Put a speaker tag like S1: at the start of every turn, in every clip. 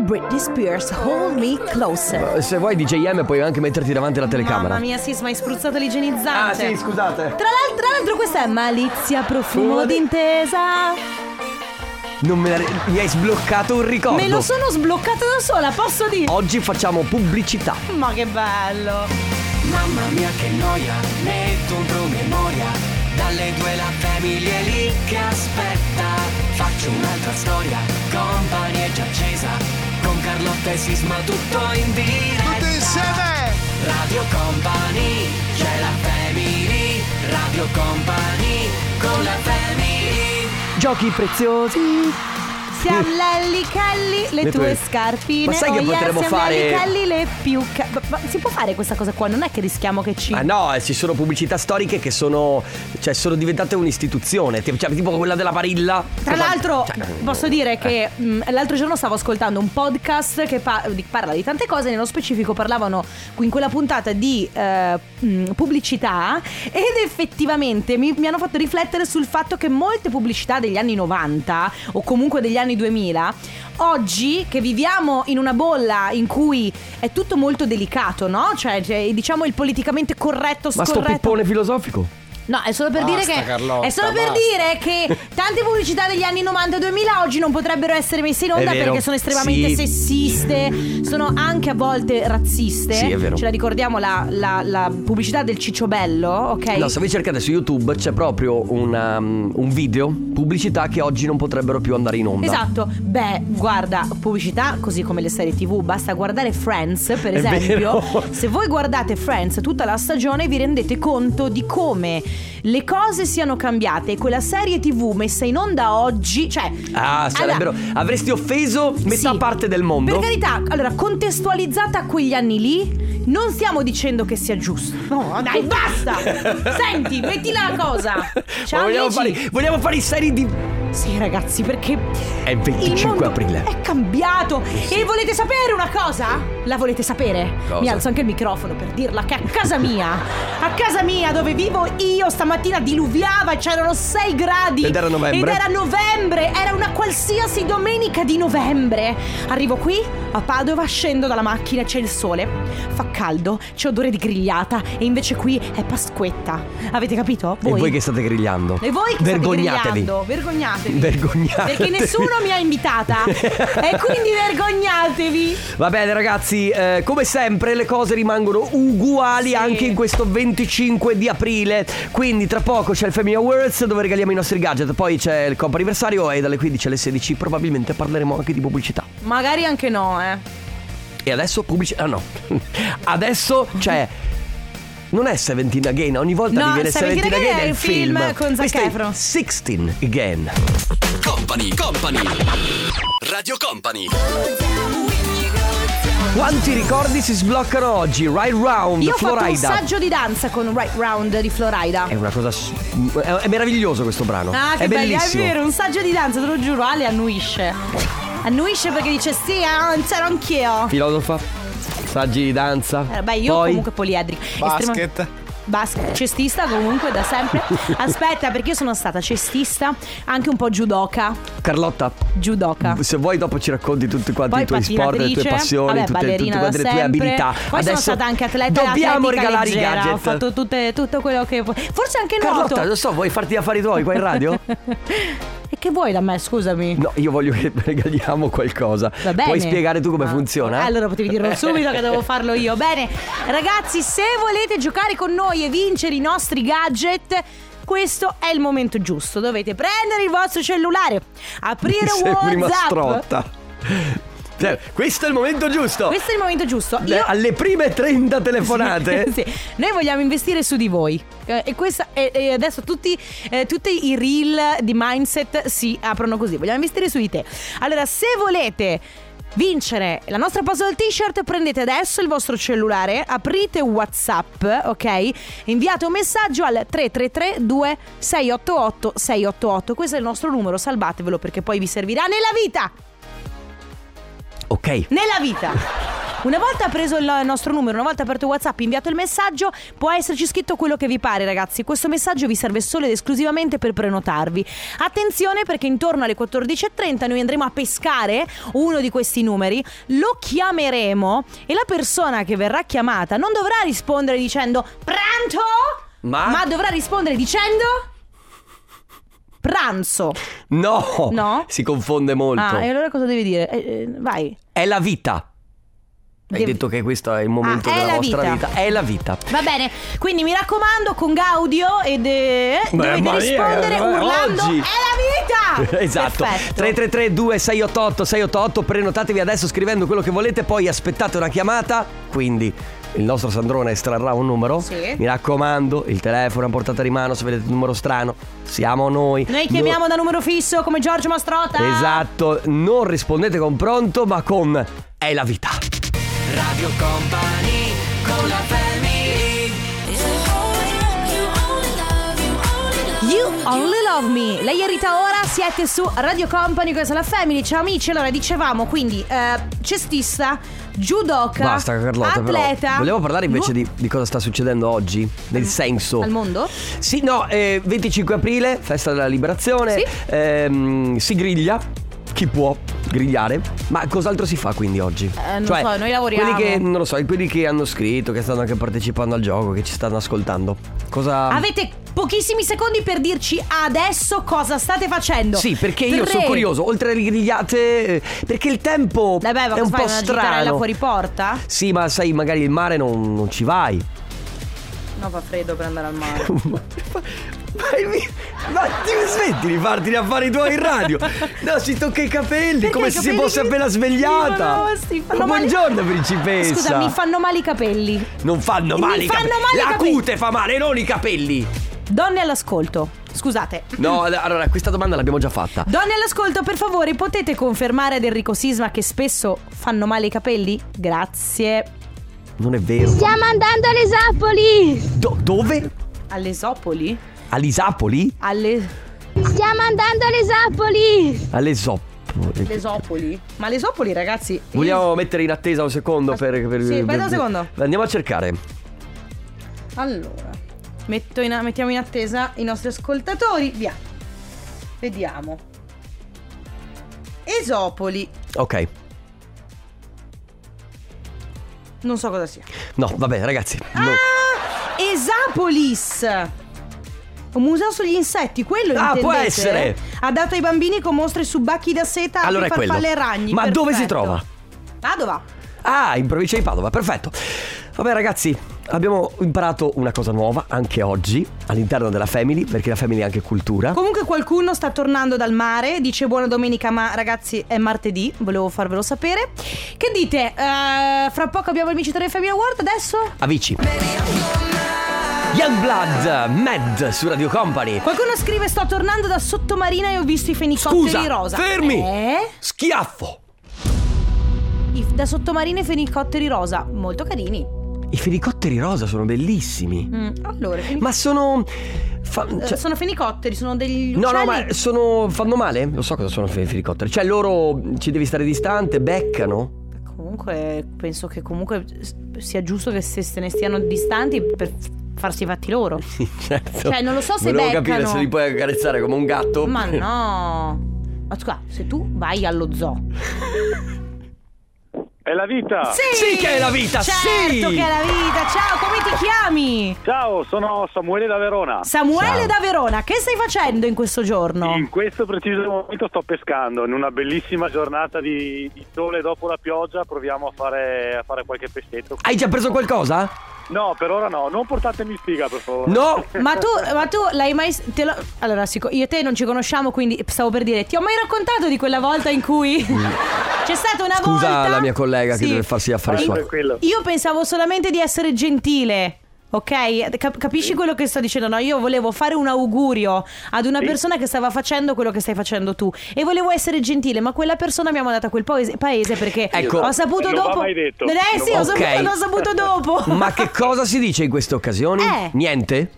S1: Britney Spears, Hold Me Closer.
S2: Se vuoi DJM puoi anche metterti davanti alla
S1: Mamma
S2: telecamera.
S1: mia, Cioè. sì, ma hai spruzzato l'igienizzante.
S2: Ah sì, scusate.
S1: Tra l'al- tra l'altro, questa è Malizia Profumo
S2: Fumo di-
S1: d'intesa.
S2: Non me la re- mi hai sbloccato un ricordo.
S1: Me lo sono sbloccato da sola, posso dire.
S2: Oggi facciamo pubblicità.
S1: Ma che bello.
S3: Mamma mia che noia, metto un promemoria Dalle due la famiglia è lì che aspetta Faccio un'altra storia, compagnia è già accesa Con Carlotta e Sisma tutto in diretta Tutti insieme! Radio Company, c'è la family Radio Company, con la family
S2: Giochi preziosi.
S1: Siamo Lelli Kelly, le,
S2: Le
S1: tue,
S2: tue.
S1: scarpine.
S2: Ma sai che
S1: oh yeah,
S2: potremmo
S1: siamo Lelli
S2: fare-
S1: Kelly le più. ca- ma, ma si può fare questa cosa qua? Non è che rischiamo che ci.
S2: Ah no, eh, ci sono pubblicità storiche che sono. cioè sono diventate un'istituzione. Ti- cioè, tipo quella della Parilla.
S1: Tra
S2: Cosa-
S1: l'altro,
S2: cioè, eh.
S1: posso dire che mh, l'altro giorno stavo ascoltando un podcast che pa- di- parla di tante cose. Nello specifico, parlavano in quella puntata di eh, mh, pubblicità. Ed effettivamente mi, mi hanno fatto riflettere sul fatto che molte pubblicità degli anni 90 o comunque degli anni 2000, oggi che viviamo in una bolla in cui è tutto molto delicato, no? Cioè, cioè, diciamo il politicamente corretto,
S2: Ma sto
S1: scorretto.
S2: pippone filosofico.
S1: No, è solo per
S4: Basta,
S1: dire che
S4: Carlotta,
S1: è solo per
S4: basta.
S1: dire che tante pubblicità degli anni 90 e 2000 oggi non potrebbero essere messe in
S2: È
S1: onda
S2: vero.
S1: perché sono estremamente
S2: Sì.
S1: sessiste, sono anche a volte razziste.
S2: Sì, è vero.
S1: Ce la ricordiamo la, la- la pubblicità del cicciobello, ok?
S2: No, se voi cercate su YouTube c'è proprio una, um, un video, pubblicità che oggi non potrebbero più andare in onda.
S1: Esatto, beh, guarda, pubblicità così come le serie TV, basta guardare Friends, per
S2: È
S1: esempio.
S2: vero.
S1: Se voi guardate Friends tutta la stagione vi rendete conto di come le cose siano cambiate e quella serie TV messa in onda oggi, cioè
S2: Ah, sarebbero.
S1: Allora,
S2: avresti offeso metà
S1: sì.
S2: parte del mondo.
S1: Per carità, allora, contestualizzata a quegli anni lì, non stiamo dicendo che sia giusto. No, dai, basta! Senti, metti la cosa. Ciao,
S2: Ma vogliamo,
S1: amici.
S2: fare, vogliamo fare i seri di.
S1: Sì, ragazzi, perché
S2: È il
S1: il
S2: 25
S1: mondo
S2: aprile. Eh
S1: è cambiato. E volete sapere una cosa? La volete sapere?
S2: Cosa?
S1: Mi alzo anche il microfono per dirla che a casa mia, a casa mia dove vivo io, stamattina diluviava, c'erano 6 gradi.
S2: Ed era novembre.
S1: Ed era novembre, era una qualsiasi domenica di novembre. Arrivo qui a Padova, scendo dalla macchina, c'è il sole, fa caldo, c'è odore di grigliata e invece qui è Pasquetta. Avete capito?
S2: E voi che state grigliando?
S1: E voi che state
S2: Vergognatevi.
S1: grigliando, vergognatevi.
S2: Vergognatevi.
S1: Perché nessuno mi ha invitata. e quindi vergognatevi.
S2: Va bene ragazzi, eh, come sempre le cose rimangono uguali
S1: Sì.
S2: anche in questo 25 di aprile. Quindi tra poco c'è il Family Awards dove regaliamo i nostri gadget, poi c'è il comp anniversario e dalle 15 alle 16 probabilmente parleremo anche di pubblicità.
S1: Magari anche no, eh.
S2: E adesso pubblicità... Ah no, adesso c'è... Non è 17 Again, ogni volta
S1: No,
S2: diviene 17
S1: 17
S2: Again,
S1: Again
S2: è il film.
S1: con Zac
S2: Questo è
S1: Efron.
S2: 16 Again.
S3: Company, Company Radio Company
S2: Quanti ricordi si sbloccano oggi? Ride Round,
S1: Io ho
S2: Florida.
S1: fatto un saggio di danza con Right Round di Florida.
S2: È una cosa. s- È, è meraviglioso questo brano.
S1: Ah, che
S2: Eh, è
S1: belli, è
S2: bellissimo.
S1: vero, un saggio di danza, te lo giuro, Ale annuisce. Annuisce perché dice sì, ah, c'ero anch'io.
S2: Filosofa, saggi di danza.
S1: Allora, Eh, Beh, io
S2: Poi,
S1: comunque poliedrico.
S4: Basket.
S1: Basket, cestista comunque da sempre. Aspetta, perché io sono stata cestista, anche un po' judoka.
S2: Carlotta,
S1: Judoka.
S2: se vuoi, dopo ci racconti tutti quanti
S1: Ah. Poi
S2: i tuoi sport, le tue
S1: pattinatrice.
S2: passioni,
S1: Vabbè,
S2: tutte, tutte
S1: ballerina
S2: quante
S1: da
S2: le tue
S1: sempre.
S2: abilità.
S1: Poi
S2: Adesso
S1: sono stata anche atleta
S2: Dobbiamo
S1: atletica
S2: regalare
S1: leggera.
S2: i gadget.
S1: Ho fatto tutte- tutto quello che pu- Forse anche nuoto.
S2: Carlotta, lo so, vuoi farti gli affari tuoi qua in radio?
S1: e che vuoi da me, scusami?
S2: No, io voglio che regaliamo qualcosa.
S1: Va bene.
S2: Puoi spiegare tu come
S1: Ah,
S2: funziona?
S1: Allora potevi dirlo subito che devo farlo io. Bene, ragazzi, se volete giocare con noi e vincere i nostri gadget. Questo è il momento giusto. Dovete prendere il vostro cellulare, aprire
S2: Sembri una
S1: WhatsApp.
S2: strotta. Cioè, questo è il momento giusto.
S1: Questo è il momento giusto.
S2: Le-
S1: Io
S2: Alle prime 30 telefonate.
S1: Sì. Noi vogliamo investire su di voi. Eh, e, questa- e- e adesso tutti, eh, tutti i reel di mindset si aprono così. Vogliamo investire su di te. Allora, se volete. Vincere la nostra puzzle t-shirt prendete adesso il vostro cellulare, aprite WhatsApp, ok? E Inviate un messaggio al 333 2688 688. Questo è il nostro numero, salvatevelo perché poi vi servirà nella vita.
S2: Ok.
S1: Nella vita. Una volta preso il nostro numero, una volta aperto WhatsApp, inviato il messaggio, può esserci scritto quello che vi pare, ragazzi. Questo messaggio vi serve solo ed esclusivamente per prenotarvi. Attenzione perché intorno alle 14.30 noi andremo a pescare uno di questi numeri, lo chiameremo e la persona che verrà chiamata non dovrà rispondere dicendo pranto,
S2: Ma?
S1: ma dovrà rispondere dicendo pranzo.
S2: No,
S1: No?
S2: si confonde molto.
S1: Ah, e allora cosa devi dire? Eh, eh, vai.
S2: È la vita. Hai
S1: Devi-
S2: detto che questo è il momento
S1: Ah, è
S2: della
S1: la
S2: vostra
S1: vita.
S2: vita. È la vita.
S1: Va bene, quindi mi raccomando con Gaudio ed eh,
S2: Beh,
S1: dovete
S2: Maria,
S1: rispondere
S2: eh,
S1: urlando
S2: oggi.
S1: è la vita!
S2: Esatto.
S1: Ah, Perfetto.
S2: 333 2688 688 prenotatevi adesso scrivendo quello che volete, poi aspettate una chiamata, quindi il nostro Sandrone estrarrà un numero.
S1: Sì.
S2: Mi raccomando, il telefono a portata di mano, se vedete un numero strano, siamo noi.
S1: Noi chiamiamo da numero fisso come Giorgio Mastrota.
S2: No- Esatto, non rispondete con pronto, ma con è la vita.
S3: Radio Company con la family
S1: You only love me. Lei è Rita ora, siete su Radio Company, questa è la Family. Ciao amici, allora dicevamo quindi eh, cestista, judoka,
S2: Basta Carlotta
S1: atleta.
S2: però. Volevo parlare invece
S1: Lu-
S2: di, di cosa sta succedendo oggi, del senso.
S1: al mondo?
S2: Sì, no, eh, 25 aprile, festa della liberazione,
S1: Sì.
S2: ehm, si griglia, chi può grigliare, ma cos'altro si fa quindi oggi? Cioè,
S1: Eh, non so, noi lavoriamo.
S2: Quelli che, non lo so, quelli che hanno scritto, che stanno anche partecipando al gioco, che ci stanno ascoltando, cosa...
S1: Avete pochissimi secondi per dirci adesso cosa state facendo.
S2: Sì, perché io
S1: Tre.
S2: sono curioso, oltre alle grigliate, eh, perché il tempo
S1: Dai, beh, ma
S2: è un
S1: fai
S2: po'
S1: una gitarella
S2: strano.
S1: fuori porta?
S2: Sì, ma sai, magari il mare non, non ci vai.
S1: No, fa freddo per andare al mare.
S2: Ma, ma- ma ti smetti di farti gli affari tuoi in radio? No, si tocca i capelli
S1: Perché
S2: come
S1: i
S2: se si
S1: capelli
S2: fosse
S1: che-
S2: appena svegliata.
S1: Sì, ma no, sì,
S2: Ma
S1: fanno male-
S2: buongiorno, principessa.
S1: Scusa, mi fanno male i capelli.
S2: Non fanno
S1: Mi
S2: male i
S1: fanno
S2: capelli.
S1: male i
S2: La
S1: capelli.
S2: cute fa male, non i capelli.
S1: Donne all'ascolto. Scusate.
S2: No, allora, questa domanda l'abbiamo già fatta.
S1: Donne all'ascolto, per favore, potete confermare ad Enrico Sisma che spesso fanno male i capelli? Grazie.
S2: Non è vero.
S4: Stiamo andando alle Sapoli!
S2: Do- dove?
S1: All'esopoli?
S2: Alisapoli?
S1: Alle...
S4: Stiamo andando alle Sapoli!
S2: Alesopoli.
S1: L'esopoli? Ma l'esopoli, ragazzi...
S2: Vogliamo mettere in attesa un secondo per, per-
S1: Sì, aspetta un
S2: per-
S1: secondo.
S2: Andiamo a cercare.
S1: Allora, metto in- mettiamo in attesa i nostri ascoltatori. Via. Vediamo. Esopoli.
S2: Ok.
S1: Non so cosa sia.
S2: No, vabbè, ragazzi. no.
S1: Ah, Esapolis. Un museo sugli insetti, quello
S2: Ah,
S1: intendete?
S2: può essere.
S1: Adatto ai bambini con mostre su bacchi da seta,
S2: Allora è
S1: api,
S2: quello.
S1: farfalle e ragni.
S2: Ma dove
S1: Perfetto.
S2: si trova?
S1: Padova.
S2: Ah, in provincia di Padova, perfetto. Vabbè ragazzi, abbiamo imparato una cosa nuova anche oggi all'interno della Family, perché la Family è anche cultura.
S1: Comunque qualcuno sta tornando dal mare, dice buona domenica, ma ragazzi è martedì, volevo farvelo sapere. Che dite? Eh, fra poco abbiamo il vincitore del Family Award, adesso?
S2: Avici. Youngblood, Mad su Radio Company.
S1: Qualcuno scrive sto tornando da Sottomarina e ho visto i fenicotteri
S2: Scusa,
S1: rosa.
S2: fermi!
S1: Eh?
S2: Schiaffo.
S1: I- Da Sottomarina e fenicotteri rosa, molto carini.
S2: I felicotteri rosa sono bellissimi.
S1: Mm, allora, fenicotteri-
S2: Ma sono... fa-
S1: Eh,
S2: cioè-
S1: sono fenicotteri, sono degli
S2: No,
S1: uccelli.
S2: no, ma sono. fanno male? Lo so cosa sono i felicotteri. Cioè, loro ci devi stare distante, beccano.
S1: Comunque, penso che comunque s- sia giusto che se, se ne stiano distanti per f- farsi i fatti loro.
S2: Sì, certo.
S1: Cioè, non lo so se
S2: Volevo capire
S1: beccano.
S2: se li puoi accarezzare come un gatto.
S1: Ma no. Ma scusa, se tu vai allo zoo.
S5: È la vita!
S2: Ah. Sì che è la vita,
S1: certo
S2: sì! Ah,
S1: che è la vita. Ciao, come ti chiami?
S5: Ciao, sono Samuele da Verona.
S1: Samuele
S2: Ciao.
S1: da Verona, che stai facendo in questo giorno?
S5: In questo preciso momento sto pescando, in una bellissima giornata di, di sole dopo la pioggia proviamo a fare, a fare qualche pescetto.
S2: Hai già preso qualcosa?
S5: No, per ora no, non portatemi sfiga per favore.
S2: No!
S1: Ma tu, ma tu l'hai mai. te lo- allora, sic- io e te non ci conosciamo, quindi stavo per dire, ti ho mai raccontato di quella volta in cui. C'è stata una volta.
S2: Mm. Scusa la mia collega che
S1: Sì.
S2: deve farsi gli affari
S5: Ah,
S2: suoi.
S5: tranquillo.
S1: Io pensavo solamente di essere gentile. Ok, Cap- capisci quello che sto dicendo? No, io volevo fare un augurio ad una
S5: Sì.
S1: persona che stava facendo quello che stai facendo tu e volevo essere gentile, ma quella persona mi ha mandato a quel paese, paese perché
S2: Ecco.
S1: ho saputo
S5: Non va
S1: dopo.
S5: mai detto.
S1: Eh sì, ho
S2: Non va-
S1: saputo,
S2: Ok.
S1: l'ho saputo dopo.
S2: Ma che cosa si dice in queste occasioni?
S1: Eh.
S2: Niente?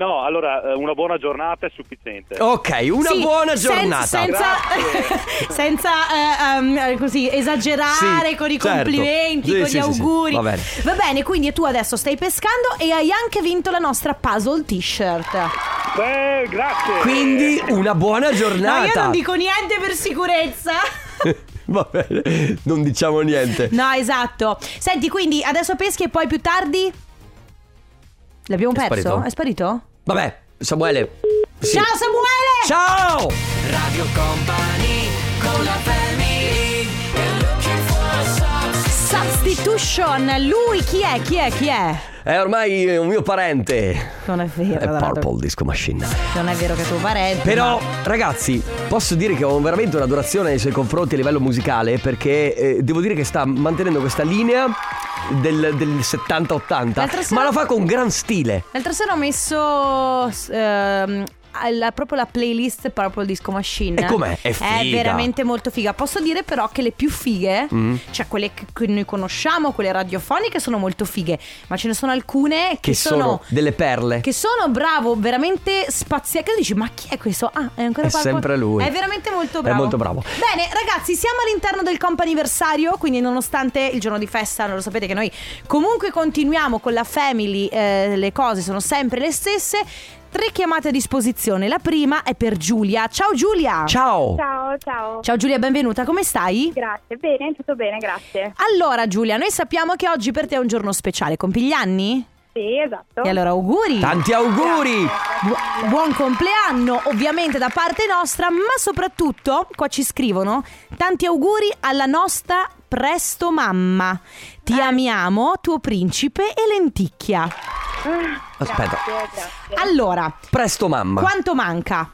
S5: No, allora eh, una buona giornata è sufficiente.
S2: Ok, una
S1: Sì,
S2: buona
S1: sen-
S2: giornata.
S1: senza senza, eh, um, così esagerare
S2: Sì,
S1: con i
S2: certo.
S1: complimenti,
S2: Sì,
S1: con
S2: sì,
S1: gli
S2: sì, sì.
S1: auguri.
S2: Va bene.
S1: Va bene, quindi tu adesso stai pescando e hai anche vinto la nostra puzzle t-shirt.
S2: Ah,
S5: Beh, Eh, grazie.
S2: Quindi una buona giornata.
S1: No, io non dico niente per sicurezza.
S2: Va bene, non diciamo niente.
S1: No, esatto. Senti, quindi adesso peschi e poi più tardi. L'abbiamo perso?
S2: sparito.
S1: È sparito?
S2: Vabbè, Samuele. sì.
S1: Ciao Samuele!
S2: Ciao!
S3: Radio Company con la family We're looking for a substitute.
S1: Substitution, lui chi è? Chi è? Chi è?
S2: È ormai un mio parente.
S1: Non è vero,
S2: È
S1: Donato.
S2: Purple Disco Machine.
S1: Non è vero che tu parenti.
S2: Però,
S1: ma-
S2: ragazzi, posso dire che ho veramente un'adorazione nei suoi confronti a livello musicale perché eh, devo dire che sta mantenendo questa linea del, del 70-80,
S1: L'altra sera-
S2: ma la fa con gran stile.
S1: L'altra sera ho messo. ehm, alla- proprio la playlist Purple Disco Machine
S2: E com'è? È
S1: È
S2: figa. Mm.
S1: veramente molto figa Posso dire però che le più fighe Cioè quelle che che noi conosciamo Quelle radiofoniche sono molto fighe Ma ce ne sono alcune che,
S2: Che sono, delle perle.
S1: Che sono bravo Veramente spaziale Che dici ma chi è questo? Ah è ancora
S2: È
S1: Purple?"
S2: sempre lui.
S1: È veramente molto
S2: È
S1: bravo
S2: molto bravo.
S1: Bene ragazzi siamo all'interno del comp'anniversario Quindi nonostante il giorno di festa non Lo sapete che noi comunque continuiamo con la family eh, Le cose sono sempre le stesse Tre chiamate a disposizione La prima è per Giulia Ciao Giulia
S2: Ciao!
S6: Ciao, ciao.
S1: Ciao Giulia benvenuta come stai?
S6: Grazie. Bene, tutto bene, grazie.
S1: Allora Giulia noi sappiamo che oggi per te è un giorno speciale Compi gli anni?
S6: Sì, esatto.
S1: E allora auguri
S2: Tanti auguri!
S1: Bu- Buon compleanno ovviamente da parte nostra, ma soprattutto qua ci scrivono tanti auguri alla nostra presto mamma. Ti amiamo, tuo principe e lenticchia.
S2: Aspetta,
S6: Grazie, grazie.
S1: Allora,
S2: presto mamma.
S1: quanto manca?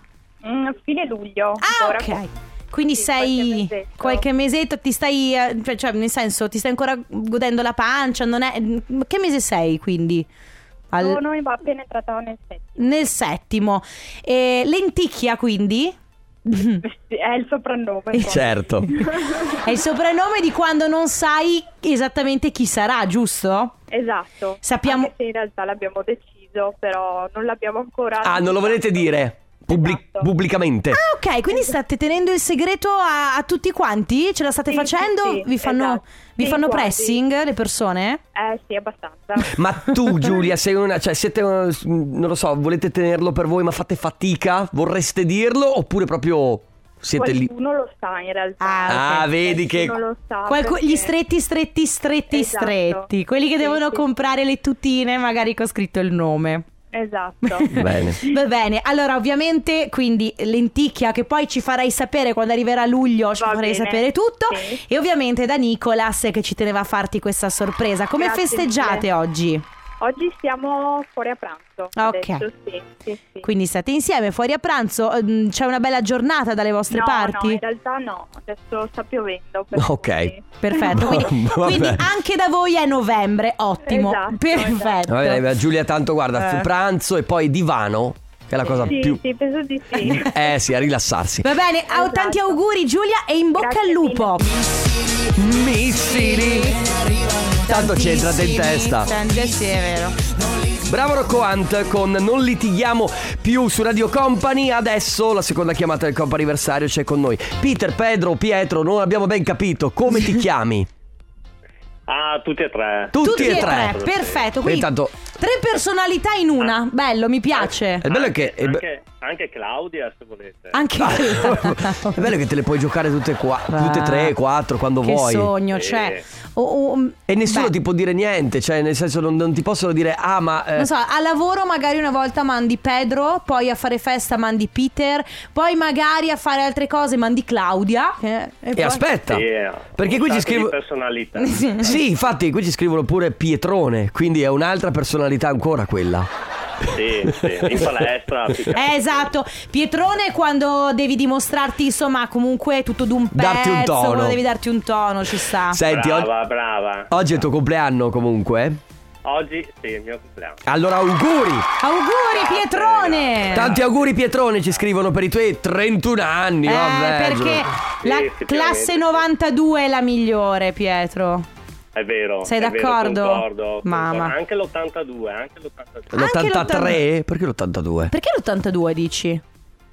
S6: Mm, fine luglio.
S1: Ah,
S6: ancora.
S1: ok. Quindi
S6: Sì,
S1: sei
S6: qualche mesetto.
S1: qualche mesetto, ti stai, eh, cioè, cioè, nel senso, ti stai ancora godendo la pancia, non è... mm, Che mese sei quindi? Al-
S6: Sono e va appena entrata nel set.
S1: Nel settimo. Eh, lenticchia quindi?
S6: È il soprannome. poi.
S2: Certo.
S1: È il soprannome di quando non sai esattamente chi sarà, giusto?
S6: Esatto.
S1: Sappiamo-
S6: Anche se in realtà l'abbiamo deciso, però non l'abbiamo ancora.
S2: Ah, non lo volete dire Publi-
S6: Esatto.
S2: pubblicamente.
S1: Ah, ok, quindi state tenendo il segreto a, a tutti quanti? Ce la state
S6: Sì,
S1: facendo?
S6: sì, sì,
S1: vi fanno,
S6: esatto.
S1: vi
S6: Sì,
S1: fanno
S6: quasi.
S1: pressing le persone?
S6: Eh sì, abbastanza.
S2: Ma tu, Giulia, sei una. Cioè, siete. una- non lo so, volete tenerlo per voi, ma fate fatica? Vorreste dirlo? Oppure proprio siete lì?
S6: Qualcuno lo sa in realtà.
S1: Ah,
S2: ok. Ah, vedi che-
S6: Qualcuno lo sa.
S1: Qualcu-
S6: Ah, perché-
S1: Gli stretti, stretti, stretti,
S6: Esatto.
S1: stretti. Quelli che
S6: Sì,
S1: devono
S6: sì.
S1: comprare le tutine, magari con scritto il nome.
S6: Esatto.
S2: Bene.
S1: Va bene, allora ovviamente quindi lenticchia che poi ci farai sapere quando arriverà luglio, ci
S6: Va
S1: farai
S6: bene.
S1: sapere tutto
S6: Sì.
S1: e ovviamente da Nicolas che ci teneva a farti questa sorpresa. Come
S6: Grazie
S1: festeggiate
S6: mille.
S1: oggi?
S6: Oggi siamo fuori a pranzo.
S1: Ah, ok.
S6: adesso, sì, sì, sì.
S1: Quindi state insieme fuori a pranzo, ehm, c'è una bella giornata dalle vostre
S6: no,
S1: parti?
S6: No, in realtà no, adesso sta piovendo. per
S2: Ok.
S6: cui-
S1: Perfetto, quindi,
S2: Vabbè.
S1: quindi anche da voi è novembre, ottimo,
S6: Esatto,
S1: perfetto.
S2: Va bene, ma Giulia, tanto guarda,
S1: Eh.
S2: pranzo e poi divano, che è la cosa
S6: Sì,
S2: più.
S6: sì, penso di sì.
S2: Eh sì, a rilassarsi.
S1: Va bene, au-
S6: Esatto.
S1: tanti auguri Giulia e in bocca
S6: Grazie
S1: al lupo.
S2: Missili! Tanto c'entra in testa.
S1: Sì, è vero.
S2: Bravo Rocco Hunt con Non litighiamo più su Radio Company. Adesso la seconda chiamata del Comp anniversario c'è con noi. Peter, Pedro, Pietro, non abbiamo ben capito come ti chiami.
S5: Ah, tutti e tre.
S2: Tutti,
S1: Tutti e tre, perfetto. Quindi
S2: Intanto-
S1: tre personalità in una. Bello, mi piace.
S2: Eh, È bello che. è be-
S5: Anche, anche Claudia, se volete.
S1: Anche
S2: Ah. È bello che te le puoi giocare tutte e qua, tutte e tre, quattro, quando
S1: che
S2: vuoi.
S1: sogno,
S5: Sì.
S1: cioè. o- o-
S2: E nessuno
S1: beh,
S2: ti può dire niente, cioè, nel senso, non, non ti possono dire, ah, ma. eh,
S1: Non so, a lavoro magari una volta mandi Pedro, poi a fare festa mandi Peter, poi magari a fare altre cose mandi Claudia. eh, e
S2: e
S1: poi-
S2: aspetta,
S5: Sì,
S2: perché qui ci
S5: un sacco di
S2: scrivo.
S5: personalità.
S2: Sì, infatti, qui ci scrivono pure Pietrone, quindi è un'altra personalità ancora quella.
S5: Sì, sì, in palestra. più che altro.
S1: Eh, esatto, Pietrone è quando devi dimostrarti insomma comunque tutto d'un pezzo,
S2: Darti un tono.
S1: quando devi darti un tono, ci sta.
S2: Senti, o-
S5: brava, brava.
S2: oggi è il tuo compleanno comunque. eh.
S5: Oggi sì, il mio compleanno.
S2: Allora auguri!
S1: Auguri Pietrone!
S2: Tanti auguri Pietrone ci scrivono per i tuoi 31 anni.
S1: Eh,
S2: vabbè,
S1: perché
S2: giuro.
S1: la
S5: Sì, effettivamente.
S1: classe 92 è la migliore, Pietro.
S7: È vero.
S1: Sei
S7: è vero,
S1: d'accordo?
S7: concordo,
S1: Mamma.
S7: concordo. Anche l'82, anche l'82.
S1: Anche
S2: L'83? Perché l'82?
S1: Perché l'82 dici?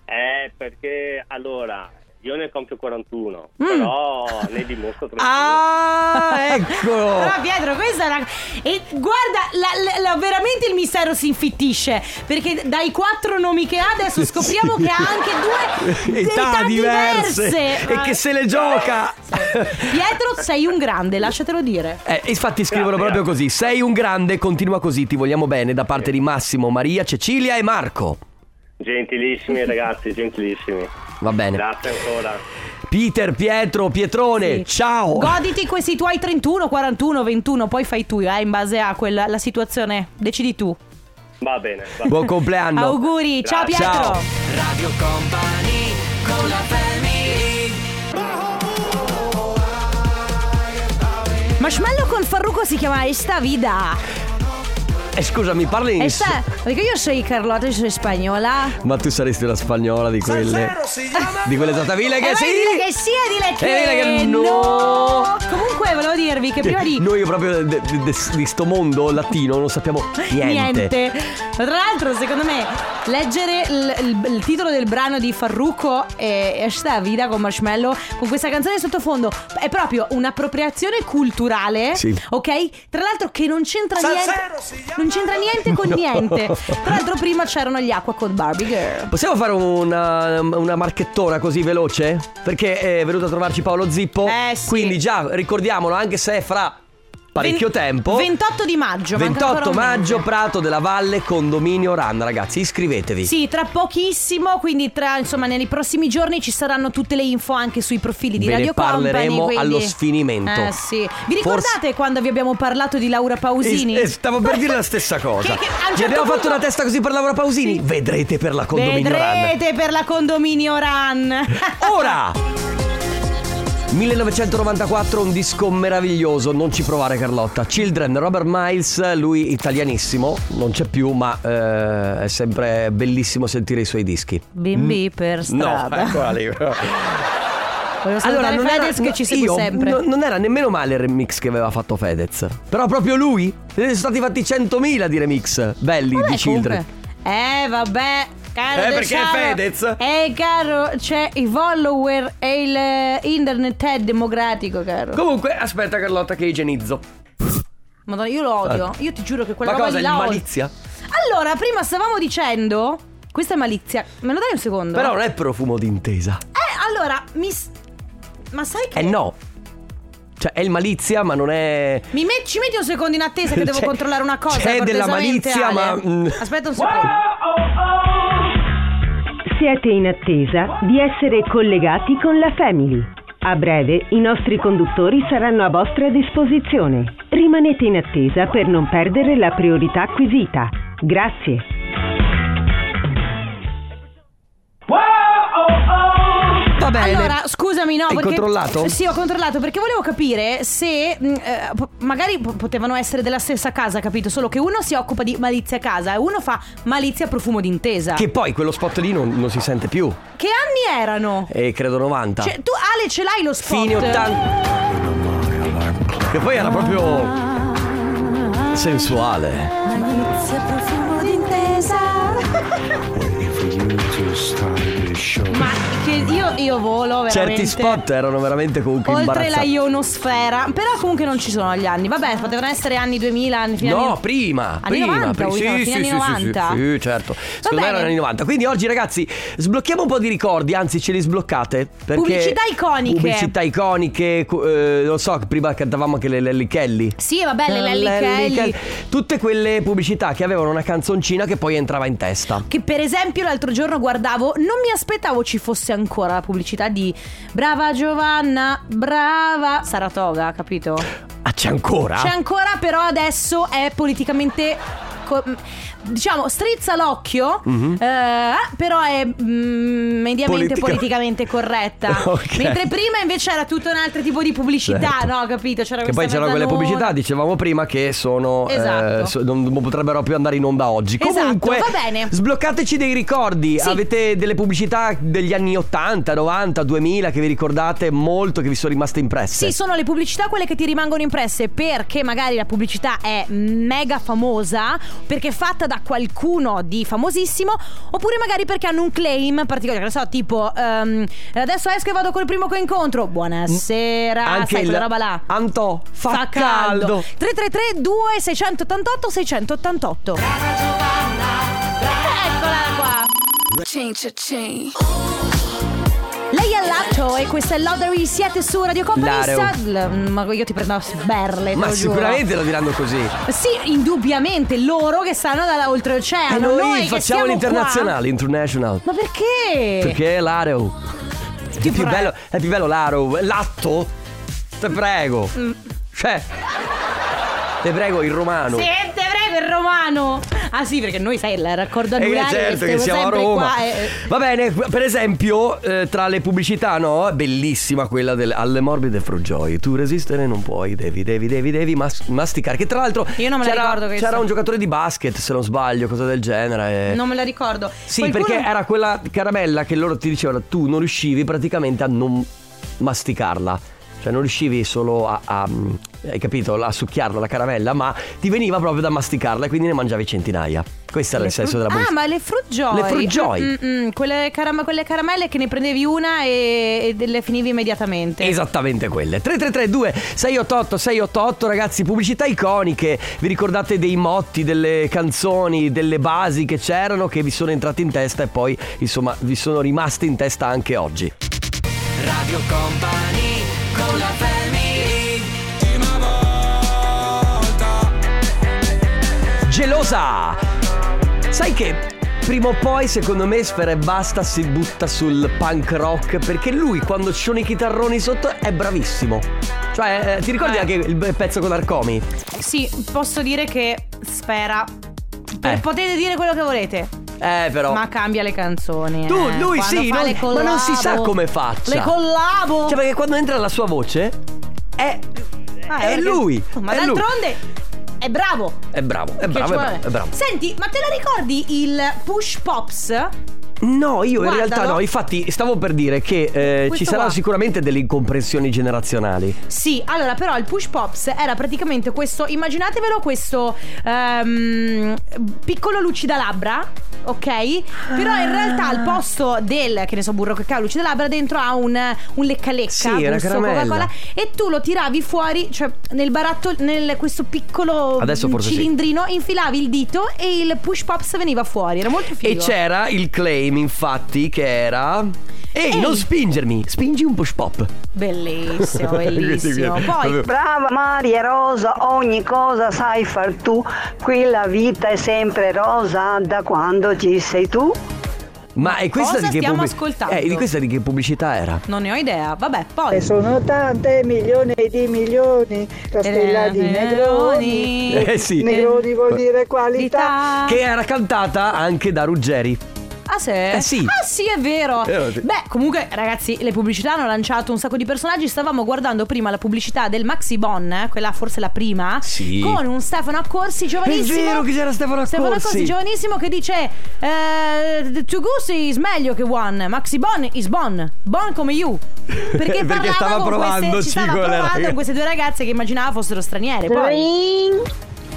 S7: Eh, perché allora io ne compio 41,
S1: Mm.
S7: però ne dimostro 31.
S2: Ah, eccolo!
S1: Però Pietro, questa è una... E guarda, la- la- la- veramente il mistero si infittisce, perché dai quattro nomi che ha adesso scopriamo che ha anche due
S2: età diverse, e
S1: Ma-
S2: che se le gioca.
S1: Pietro, sei un grande, lasciatelo dire.
S2: Eh, infatti scrivono
S7: Grazie,
S2: proprio così: Sei un grande, continua così, ti vogliamo bene da parte di Massimo, Maria, Cecilia e Marco.
S7: Gentilissimi ragazzi, gentilissimi.
S2: Va bene.
S7: Grazie ancora.
S2: Peter, Pietro, Pietrone,
S1: Sì.
S2: Eh, ciao.
S1: Goditi questi tuoi 31, 41, 21, poi fai tu, eh, in base a quella la situazione. Decidi tu.
S7: Va bene. Va
S2: Buon compleanno.
S1: Auguri, ciao
S7: Grazie.
S1: Pietro.
S2: Ciao.
S3: Radio Company con la family
S1: Marshmallow col Farruco si chiama Esta Vida.
S2: Eh, scusa, mi parli in
S1: Esta, perché io sono Carlotta, io sono spagnola.
S2: Ma tu saresti una spagnola di quelle. Di quelle trattamine che
S1: e
S2: sì.
S1: vai a Eh, dire che sì e dire che,
S2: E dire che no.
S1: Comunque volevo dirvi che prima di
S2: Noi proprio de- de- de- di sto mondo latino non sappiamo niente.
S1: Tra l'altro secondo me leggere il, il- il titolo del brano di Farrucco e Esta Vida con Marshmallow con questa canzone sottofondo è proprio un'appropriazione culturale,
S2: Sì.
S1: ok? Tra l'altro che non c'entra niente non c'entra niente con niente. Tra l'altro prima c'erano gli acqua con Barbie Girl.
S2: Possiamo fare una, una marchettona così veloce? Perché è venuto a trovarci Paolo Zippo.
S1: Eh, sì.
S2: Quindi già ricordiamolo, anche se è fra parecchio
S1: Ven-
S2: tempo.
S1: 28 di maggio, manca
S2: 28
S1: ancora un
S2: maggio,
S1: mese.
S2: Prato della Valle, condominio RAN. Ragazzi, iscrivetevi.
S1: Sì, tra pochissimo, quindi tra, insomma, nei prossimi giorni ci saranno tutte le info anche sui profili di
S2: Ve ne
S1: Radio Company,
S2: parleremo
S1: quindi-
S2: allo sfinimento.
S1: Eh sì. Vi ricordate
S2: Forse-
S1: quando vi abbiamo parlato di Laura Pausini?
S2: Eh, eh, stavo per dire la stessa cosa.
S1: Che- che a un
S2: Gli
S1: certo
S2: abbiamo fatto
S1: punto-
S2: una testa così per Laura Pausini. Vedrete per la condominio RAN.
S1: Vedrete per la condominio Run.
S2: Ora! 1994, un disco meraviglioso, non ci provare Carlotta. Children, Robert Miles, lui italianissimo, non c'è più, ma eh, è sempre bellissimo sentire i suoi dischi.
S1: Bimbi
S2: Mm.
S1: per strada.
S2: lì.
S1: Volevo salutare Fedez che
S2: no,
S1: ci segue
S2: io,
S1: sempre.
S2: no- non era nemmeno male il remix che aveva fatto Fedez. Però proprio lui? Ne sono stati fatti 100.000 di remix belli
S1: Vabbè,
S2: di Children.
S1: comunque. Eh, vabbè. Caro
S2: Eh,
S1: De
S2: perché è
S1: Saro.
S2: Fedez?
S1: Eh, caro, c'è i follower e il eh, internet è democratico, caro.
S2: Comunque, aspetta Carlotta che igienizzo.
S1: Madonna, io lo odio. Io ti giuro che quella
S2: Esatto.
S1: roba
S2: Ma cosa,
S1: lì
S2: il
S1: la odio.
S2: malizia?
S1: Allora, prima stavamo dicendo. Questa è malizia. Me lo dai un secondo?
S2: Però non è profumo d'intesa.
S1: Eh, allora, mi. s- Ma sai che.
S2: Eh no. Cioè è il malizia, ma non è.
S1: Mi met- ci metti un secondo in attesa che devo
S2: C'è-
S1: controllare una cosa.
S2: c'è Cioè, della
S1: cortesemente,
S2: malizia,
S1: Ale.
S2: ma, mm.
S1: Aspetta un secondo.
S8: Siete in attesa di essere collegati con la Family. A breve i nostri conduttori saranno a vostra disposizione. Rimanete in attesa per non perdere la priorità acquisita. Grazie.
S2: Va bene.
S1: Allora, scusami, no,
S2: Hai
S1: perché
S2: controllato?
S1: Sì, ho controllato perché volevo capire se mh, eh, po- magari po- potevano essere della stessa casa, capito? Solo che uno si occupa di malizia casa e uno fa malizia profumo d'intesa.
S2: Che poi quello spot lì non, non si sente più.
S1: Che anni erano?
S2: E credo 90.
S1: Cioè, tu Ale ce l'hai lo spot?
S2: Esatto. Fine 80. Che poi era proprio. Sensuale.
S1: Malizia profumo d'intesa. Ma che io, io volo veramente.
S2: Certi spot erano veramente comunque
S1: Oltre la
S2: imbarazzanti.
S1: ionosfera, però comunque non ci sono gli anni. Vabbè, potevano essere anni 2000, anni fino
S2: No,
S1: anni-
S2: prima,
S1: Anni
S2: prima,
S1: 90,
S2: prima.
S1: vogliamo,
S2: sì,
S1: fine
S2: sì,
S1: anni
S2: sì, sì,
S1: 90.
S2: sì, sì, certo. Secondo me
S1: bene.
S2: erano anni 90. Quindi oggi ragazzi, sblocchiamo un po' di ricordi, anzi ce li sbloccate perché
S1: Pubblicità iconiche.
S2: Pubblicità iconiche, cu- eh, non so, prima cantavamo anche le Lelly Kelly.
S1: Sì, vabbè, le Lelly Kelly.
S2: Tutte quelle pubblicità che avevano una canzoncina che poi entrava in testa.
S1: Che per esempio l'altro giorno guardavo, non mi aspettavo ci fosse ancora la pubblicità di Brava Giovanna, brava Saratoga, capito?
S2: Ah, c'è ancora?
S1: C'è ancora, però adesso è politicamente co- mh, diciamo, strizza l'occhio, eh, però è mh, mediamente
S2: Mhm. Politica-
S1: politicamente corretta.
S2: Ok.
S1: Mentre prima invece era tutto un altro tipo di pubblicità,
S2: Certo.
S1: no? Capito? C'era
S2: Che poi
S1: questa
S2: c'erano quelle
S1: mezzanona.
S2: pubblicità, dicevamo prima, che sono. eh,
S1: Esatto.
S2: so- non non potrebbero più andare in onda oggi.
S1: Esatto,
S2: Comunque,
S1: va bene.
S2: sbloccateci dei ricordi.
S1: Sì.
S2: Avete delle pubblicità degli anni 80, 90, 2000 che vi ricordate molto, che vi sono rimaste impresse?
S1: Sì, sono le pubblicità quelle che ti rimangono impresse perché magari la pubblicità è mega famosa, perché è fatta da qualcuno di famosissimo, oppure magari perché hanno un claim particolare, che ne so, tipo ehm, adesso esco e vado col primo che incontro. Buonasera,
S2: Mm, Anche
S1: sai
S2: il
S1: quella roba là.
S2: Antò, fa, caldo.
S1: 333 2688 688. Eccola qua. Lei è Laccio e questa è Lottery, siete su Radio Company
S2: Lareo.
S1: Sad- Ma io ti prendo a sberle, te
S2: Ma
S1: lo giuro. Eh,
S2: sicuramente lo diranno così.
S1: Sì, indubbiamente loro che stanno
S2: E
S1: dall'oltreoceano,
S2: noi,
S1: noi che
S2: facciamo
S1: siamo
S2: l'internazionale, international.
S1: qua. Ma perché?
S2: Perché è l'Areo. È più,
S1: prego.
S2: bello, è più bello l'Areo. L'atto? Te prego.
S1: Mm.
S2: Cioè. Te prego, il romano.
S1: Sente, prego, il romano. Ah sì, perché noi sai il raccordo
S2: Eh,
S1: anulare
S2: certo che siamo a
S1: sempre
S2: Roma.
S1: qua eh, e-
S2: Va bene, per esempio, eh, tra le pubblicità, no? Bellissima quella del alle morbide frugioi. Tu resistere non puoi, devi, devi, devi, devi mas- masticare. Che tra l'altro
S1: Io non me la
S2: c'era,
S1: ricordo questa.
S2: c'era un giocatore di basket, se non sbaglio, cosa del genere. eh.
S1: Non me la ricordo.
S2: Sì,
S1: Qualcuno-
S2: perché era quella caramella che loro ti dicevano, tu non riuscivi praticamente a non masticarla. Cioè non riuscivi solo a, a- mm, hai capito, a succhiarla la caramella, ma ti veniva proprio da masticarla e quindi ne mangiavi centinaia. Questo era
S1: Le
S2: il eh, senso
S1: fru-
S2: della
S1: Ah,
S2: pubblicità.
S1: ma le frugioi.
S2: Le frugioi.
S1: Mm, mm, mm. Quelle, caram- quelle caramelle che ne prendevi una e, e le finivi immediatamente.
S2: Esattamente quelle 3332 688 688 ragazzi pubblicità iconiche vi ricordate dei motti delle canzoni delle basi che c'erano che vi sono entrate in testa e poi insomma vi sono rimaste in testa anche oggi
S3: Radio Company con la family
S2: Gelosa sai che Prima o poi, secondo me, Sfera e Basta si butta sul punk rock perché lui, quando ci sono i chitarroni sotto, è bravissimo. Cioè, eh, ti ricordi
S1: Eh.
S2: anche il be- pezzo con Arcomi?
S1: Sì, posso dire che Sfera.
S2: Eh.
S1: Potete dire quello che volete,
S2: Eh, però.
S1: ma cambia le canzoni.
S2: Tu,
S1: eh.
S2: lui
S1: Quando
S2: sì,
S1: fa
S2: non-
S1: le
S2: ma non si sa
S1: collabo-
S2: come faccia.
S1: Le collabo.
S2: Cioè, perché quando entra la sua voce è.
S1: Ah,
S2: è
S1: perché-
S2: lui.
S1: Ma
S2: è lui.
S1: d'altronde è bravo.
S2: È bravo, è
S1: Che cioè?
S2: bravo,
S1: ci
S2: è
S1: vuole.
S2: bravo, è bravo.
S1: Senti, ma te la ricordi il push pops?
S2: No, io in
S1: Guardalo.
S2: realtà no. Infatti, stavo per dire che eh, ci
S1: Questo
S2: saranno
S1: qua.
S2: sicuramente delle incomprensioni generazionali.
S1: Sì, allora però il push pops era praticamente questo, immaginatevelo questo ehm, piccolo lucidalabra, ok? Però in realtà
S2: Ah.
S1: al posto del, che ne so, burro cacao lucidalabra dentro ha un, un lecca-lecca,
S2: Sì, era
S1: gusto
S2: caramella.
S1: Coca-Cola e tu lo tiravi fuori, cioè nel barattolo, nel questo piccolo
S2: Adesso forse sì.
S1: cilindrino, infilavi il dito e il push pops veniva fuori, era molto figo.
S2: E c'era il claim, infatti, che era. Ehi,
S1: Ehi.
S2: non spingermi! Spingi un push pop.
S1: Bellissimo, bellissimo.
S2: Quindi,
S1: Poi
S2: vabbè.
S9: Brava Maria Rosa, ogni cosa sai far tu, qui la vita è sempre rosa da quando ci sei tu.
S2: Ma è questa
S1: cosa
S2: di che
S1: stiamo
S2: pubblic-
S1: ascoltando?
S2: Eh, di questa di che pubblicità era?
S1: non ne ho idea, vabbè, poi
S9: sono tante milioni di milioni, la
S2: Eh sì.
S9: Negroni vuol dire
S1: Qualità.
S2: Che era cantata anche da Ruggeri.
S1: Ah sì? Eh
S2: sì.
S1: Ah sì, è vero.
S2: Eh, vabbè.
S1: Beh, comunque ragazzi, le pubblicità hanno lanciato un sacco di personaggi. Stavamo guardando prima la pubblicità del Maxi Bon, eh, quella forse la prima,
S2: Sì.
S1: con un Stefano Accorsi giovanissimo.
S2: È vero che c'era Stefano
S1: Stefano
S2: Accorsi.
S1: Accorsi giovanissimo che dice eh, To Goose is meglio che one, Maxi Bon is bon, bon come you. Perché,
S2: Perché
S1: parlava
S2: stava
S1: con
S2: provando,
S1: queste, ci
S2: sì,
S1: stava
S2: con le
S1: provando
S2: ragazze.
S1: con queste due ragazze che immaginava fossero straniere. Poi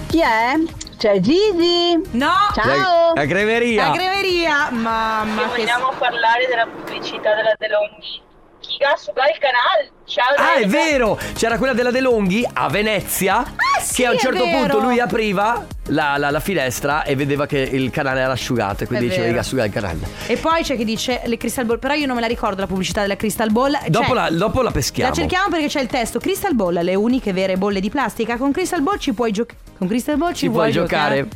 S9: Chi è? C'è Gigi.
S1: No!
S9: Ciao.
S2: La cremeria.
S1: La creveria, mamma che
S6: parlare della pubblicità della Delonghi, Chiga, suga il canale. Ciao,
S2: Ah, è vero! C'era quella della DeLonghi a Venezia.
S1: Ah, sì,
S2: che a un
S1: è
S2: certo
S1: vero.
S2: punto lui apriva la, la- la finestra e vedeva che il canale era asciugato. E quindi
S1: È
S2: diceva:
S1: vero.
S2: Riga, asciuga il canale.
S1: E poi c'è chi dice le Crystal Ball, però io non me la ricordo la pubblicità della Crystal Ball. Cioè,
S2: Dopo, la, dopo la peschiamo.
S1: la cerchiamo perché c'è il testo Crystal Ball, le uniche vere bolle di plastica. Con Crystal Ball ci puoi giocare. Con Crystal Ball ci,
S2: Ci
S1: vuoi
S2: puoi giocare.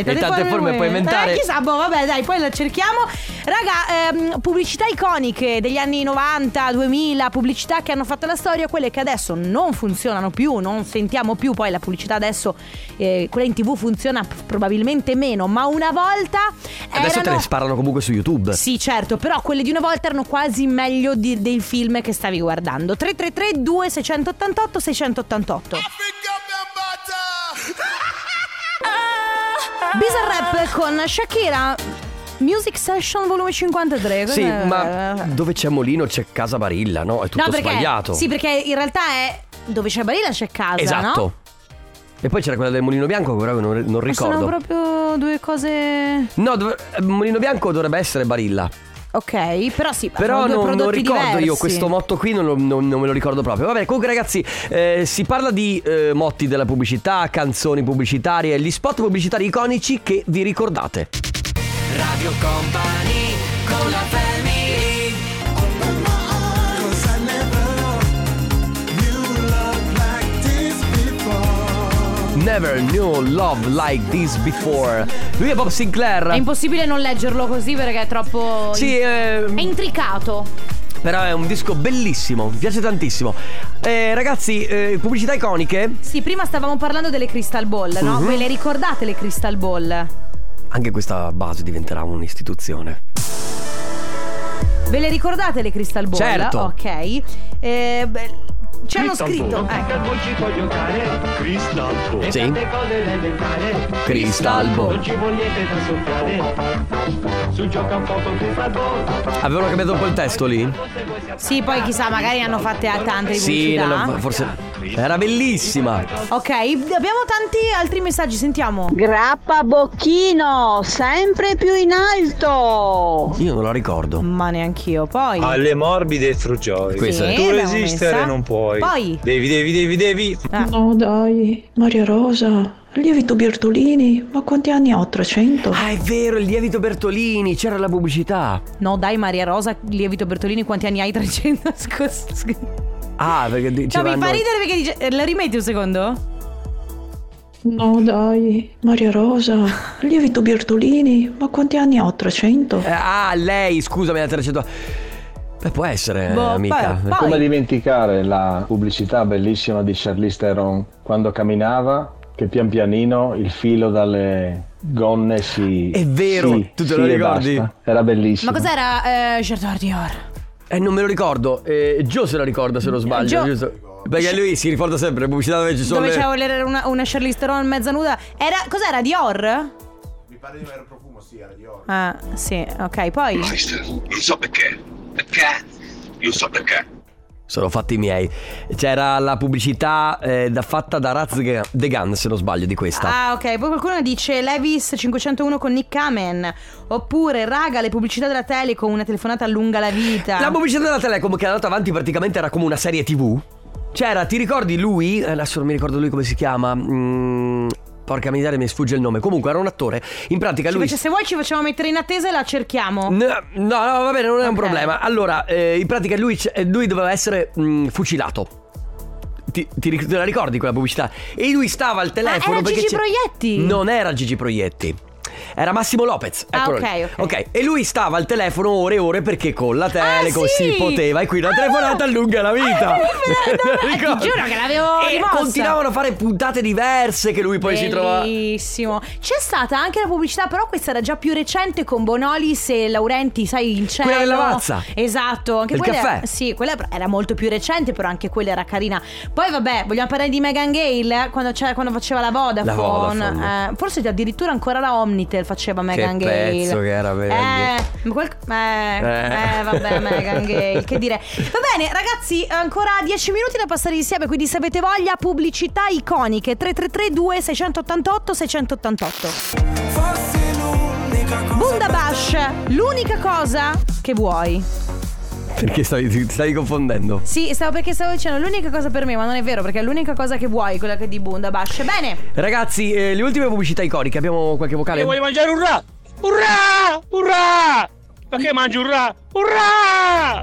S1: E
S2: tante forme puoi inventare.
S1: Eh, chissà, boh, vabbè, dai, poi la cerchiamo. Raga, ehm, pubblicità iconiche degli anni 90, 2000, pubblicità che hanno fatto la storia, quelle che adesso non funzionano più, non sentiamo più. Poi la pubblicità adesso, eh, quella in tv funziona p- probabilmente meno, ma una volta
S2: Adesso te
S1: erano-
S2: le sparano comunque su YouTube.
S1: sì, certo, però quelle di una volta erano quasi meglio di- dei film che stavi guardando. 333 2688 688. Bizarrap con Shakira. Music Session volume 53.
S2: Sì,
S1: Cos'è?
S2: ma dove c'è Molino c'è Casa Barilla, no? È tutto
S1: no, perché,
S2: sbagliato.
S1: Sì, perché in realtà è dove c'è Barilla c'è casa,
S2: esatto.
S1: no?
S2: E poi c'era quella del Molino Bianco, che però non, non
S1: Ma
S2: ricordo.
S1: Sono proprio due cose
S2: No, dov- Molino Bianco dovrebbe essere Barilla.
S1: Ok, però sì,
S2: Però
S1: sono due
S2: non, non
S1: prodotti
S2: ricordo
S1: diversi.
S2: io questo motto qui, non, lo- non- non me lo ricordo proprio. Vabbè, comunque ragazzi, eh, si parla di eh, motti della pubblicità, canzoni pubblicitarie, gli spot pubblicitari iconici che vi ricordate.
S3: Radio Company con la family
S2: Never knew love like this before. Lui è Bob Sinclair.
S10: È impossibile non leggerlo così perché è troppo.
S2: sì, eh,
S10: È intricato.
S2: però è un disco bellissimo, mi piace tantissimo. Eh, ragazzi, eh, pubblicità iconiche,
S1: Sì, prima stavamo parlando delle crystal ball, no?
S2: Mhm.
S1: Ve le ricordate le crystal ball?
S2: anche questa base diventerà un'istituzione.
S1: Ve le ricordate le crystal ball?
S2: Certo.
S1: Ok. Eh, beh, ci hanno scritto. Ecco.
S2: Sì. Crystal Ball. Avevano cambiato un po' il testo lì?
S1: Sì, poi chissà, magari ne hanno fatte a tante di
S2: Sì,
S1: pubblicità.
S2: no, no, forse era bellissima.
S1: Ok, abbiamo tanti altri messaggi, sentiamo.
S4: Grappa Bocchino, sempre più in alto.
S2: Io non la ricordo.
S1: Ma neanch'io, poi.
S5: Alle morbide frugioi.
S2: Questa Ah, è-
S1: Tu l'abbiamo resistere messa. non puoi. Poi.
S5: Devi, devi, devi, devi.
S11: No dai, Maria Rosa, lievito Bertolini, ma quanti anni ho? 300?
S2: Ah, è vero, il lievito Bertolini, c'era la pubblicità.
S1: No, dai, Maria Rosa, Lievito Bertolini, quanti anni hai? 300? Scusa. scusa.
S2: Ah, perché
S1: No, mi
S2: dicevano
S1: fa ridere perché dice. eh, La rimeti un secondo?
S11: No dai, Maria Rosa, lievito Bertolini, ma quanti anni ho? 300?
S2: Eh, ah, lei, scusami, la 300. Beh, Eh, può essere,
S1: Boh,
S2: amica.
S1: poi- poi-
S5: Come dimenticare la pubblicità bellissima di Charlize Theron quando camminava che pian pianino il filo dalle gonne si...
S2: È vero,
S5: sì,
S2: tu te
S5: sì
S2: lo
S5: e
S2: ricordi?
S5: basta. Era bellissimo.
S1: Ma cos'era? Eh, Gerard Dior.
S2: Eh, non me lo ricordo. Eh, Joe se la ricorda, se non sbaglio,
S1: Joe-
S2: giusto? Perché lui si ricorda sempre le pubblicità dove ci sono
S1: Dove
S2: le-
S1: c'era le- una, una Charlize Theron mezza nuda. Era, cos'era? Dior? Mi pare di avere un profumo, sì, era Dior. Ah, sì, ok, poi.
S3: Non so perché Perché? Non so perché
S2: Sono fatti miei. C'era la pubblicità eh, da- fatta da Raz Ge- The Gun, se non sbaglio, di questa.
S1: Ah, ok, poi qualcuno dice Levis 501 con Nick Kamen. Oppure, raga, le pubblicità della Telecom, una telefonata lunga la vita.
S2: La pubblicità della Telecom che è andata avanti praticamente era come una serie TV. C'era, ti ricordi lui? Eh, Adesso non mi ricordo lui come si chiama. Mm, porca miseria, mi sfugge il nome. Comunque era un attore. In pratica
S1: Ci
S2: lui.
S1: face- se vuoi ci facciamo mettere in attesa e la cerchiamo.
S2: No, no, no, va bene, non è un
S1: Ok.
S2: problema. Allora, eh, in pratica lui, c- eh, lui doveva essere mm, fucilato. Ti, ti ric- te la ricordi quella pubblicità? E lui stava al telefono.
S1: era
S2: perché
S1: Gigi
S2: c'è-
S1: Proietti?
S2: Non era Gigi Proietti. Era Massimo Lopez.
S1: Ah,
S2: Eccolo
S1: ok,
S2: lì.
S1: ok.
S2: E lui stava al telefono ore e ore perché con la Telecom
S1: Ah, sì!
S2: si poteva. E qui la
S1: Ah!
S2: telefonata allunga la vita.
S1: Ah, libera- no, eh, ti
S2: Ricordi?
S1: giuro che l'avevo
S2: E
S1: rimossa.
S2: continuavano a fare puntate diverse che lui poi si trovava.
S1: Bellissimo. C'è stata anche la pubblicità, però questa era già più recente con Bonolis e Laurenti, sai, il cielo.
S2: Quella della Vazza.
S1: Esatto, anche
S2: Del
S1: quella
S2: caffè.
S1: Sì, quella era molto più recente, però anche quella era carina. Poi vabbè, vogliamo parlare di Megan Gale eh, quando, c'era- quando faceva la Vodafone.
S2: La Vodafone.
S1: Eh, forse addirittura ancora la Omnitel faceva Megan Gale.
S2: pezzo che era Meghan Gale.
S1: Eh, ma quel- eh,
S2: Eh.
S1: eh, vabbè, Megan Gale, che dire. Va bene, ragazzi, ancora 10 minuti da passare insieme, quindi se avete voglia, pubblicità iconiche 3332 688 688. Bundabash, l'unica cosa che vuoi.
S2: Perché stavi, ti stavi confondendo?
S1: Sì, stavo perché stavo dicendo l'unica cosa per me, ma non è vero, perché è l'unica cosa che vuoi, quella che è di Bundabash. Bene.
S2: Ragazzi, eh, le ultime pubblicità iconiche, abbiamo qualche vocale?
S7: mangiare un ra? Urrà! Urrà! Perché mangi un ra? Urrà!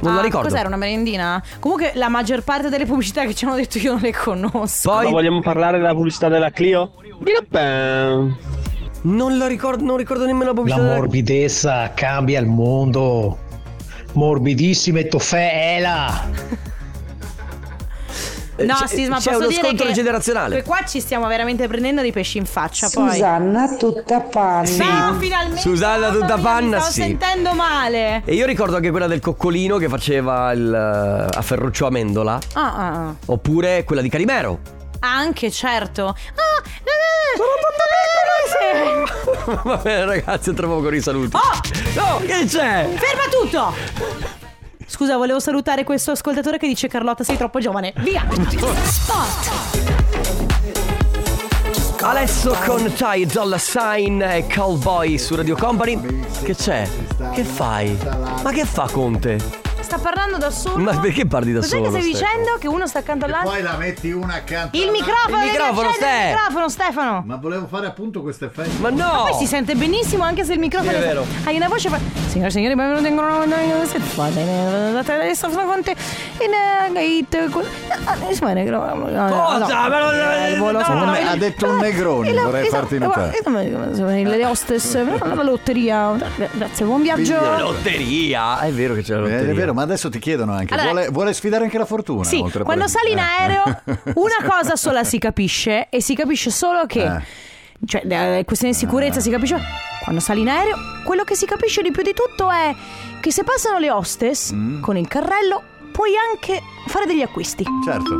S2: Non la
S1: Mm. Ah,
S2: ricordo.
S1: Cos'era una merendina? Comunque la maggior parte delle pubblicità che ci hanno detto io non le conosco.
S2: Poi
S7: vogliamo parlare della pubblicità della Clio?
S2: Non la ricordo, non ricordo nemmeno la
S12: La
S2: pubblicità. della-
S12: morbidezza cambia il mondo. Morbidissime toffè Ela.
S1: No,
S2: Eh, c'è-
S1: sì, ma
S2: c'è
S1: posso
S2: uno
S1: dire
S2: scontro
S1: che
S2: generazionale.
S1: che Qua ci stiamo veramente prendendo dei pesci in faccia.
S13: Susanna tutta panna.
S1: poi. No, finalmente.
S2: Susanna
S1: mamma
S2: tutta
S1: mia,
S2: panna,
S1: Mi stavo
S2: sì.
S1: sentendo male.
S2: E io ricordo anche quella del coccolino che faceva il, eh, a Ferruccio Amendola.
S1: Ah, ah, ah.
S2: Oppure quella di Carimero.
S1: Anche, certo. Ah, no, no, no, no, no, sì.
S2: Va bene, ragazzi, tra poco risaluto.
S1: Oh!
S2: No, che c'è?
S1: Ferma tutto! Scusa, volevo salutare questo ascoltatore che dice Carlotta sei troppo giovane. Via! Sport!
S2: Adesso con Ty Dolla Sign e Cowboy su Radio Company. Che c'è? Che fai? Ma che fa Conte?
S1: Sta parlando da solo.
S2: Ma perché parli da
S1: Cos'è
S2: solo?
S1: che stai
S2: Stefano?
S1: dicendo? Che uno sta accanto all'altro?
S14: Poi la metti una accanto
S1: Il microfono,
S14: Il
S1: devi
S14: microfono,
S1: accendere
S14: Ste.
S1: il microfono, Stefano.
S14: Ma volevo fare appunto questo effetto.
S2: Ma no!
S1: Ma poi si sente benissimo anche se il microfono
S14: Sì, è vero.
S1: Hai una voce fa... Signore e signori, benvenuti in eh, Adesso sono con te in "Ah,
S14: Cosa? Ma non-
S1: Eh, Cosa?
S14: Ha detto un negroni, vorrei
S1: esatto,
S14: farti notare.
S1: eh, Le hostess, eh, la lotteria. Grazie, buon viaggio.
S14: Biglietti.
S2: Lotteria, è vero che c'è la
S14: Eh,
S2: lotteria.
S14: È vero, ma adesso ti chiedono anche.
S1: Allora-
S14: eh, vuole, vuole sfidare anche la fortuna.
S1: Sì,
S14: oltre a
S1: quando
S14: pre-
S1: sali in
S14: eh.
S1: aereo una cosa sola si capisce e si capisce solo che... Cioè, eh, questione di sicurezza si capisce... Quando sali in aereo, quello che si capisce di più di tutto è che se passano le hostess
S14: Mm.
S1: con il carrello puoi anche fare degli acquisti.
S14: Certo.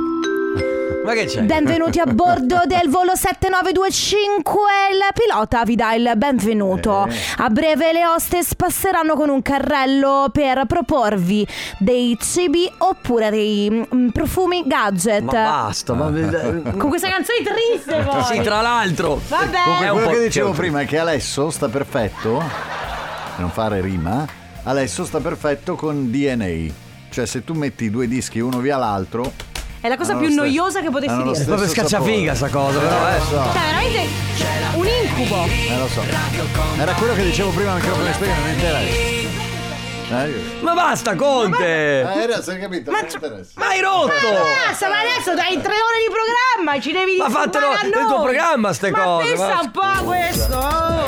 S2: Ma che c'è?
S1: Benvenuti a bordo del volo 7925. Il pilota vi dà il benvenuto.
S14: Eh.
S1: A breve le hostess passeranno con un carrello per proporvi dei cibi oppure dei mm, profumi gadget.
S2: Ma basta,
S14: Ah.
S2: ma...
S1: Con questa canzone triste poi.
S2: Sì, tra l'altro.
S1: Vabbè.
S14: Comunque,
S1: È un
S14: quello
S1: po'
S14: che dicevo
S1: teatro.
S14: prima è che Alesso sta perfetto. Per non fare rima. Alesso sta perfetto con DNA. Cioè, se tu metti due dischi uno via l'altro.
S1: È la cosa
S14: hanno
S1: più
S14: lo ste-
S1: noiosa che potessi
S14: hanno lo
S1: dire.
S14: stesso
S2: Proprio
S14: sapore.
S2: scacciafiga sta cosa, però, eh.
S14: lo so.
S1: Cioè, veramente un incubo.
S14: Eh, lo so. Era quello che dicevo prima al microfono esperimento. Eh,
S2: Ma basta, Conte!
S14: eh, era, se hai capito, non mi interessa.
S2: Ma hai rotto!
S1: Ma basta, ma adesso dai tre ore di programma, ci devi
S2: Ma
S1: dire.
S2: fatelo nel tuo programma ste
S1: ma
S2: cose,
S1: Pensa
S2: ma-
S1: un po' a questo.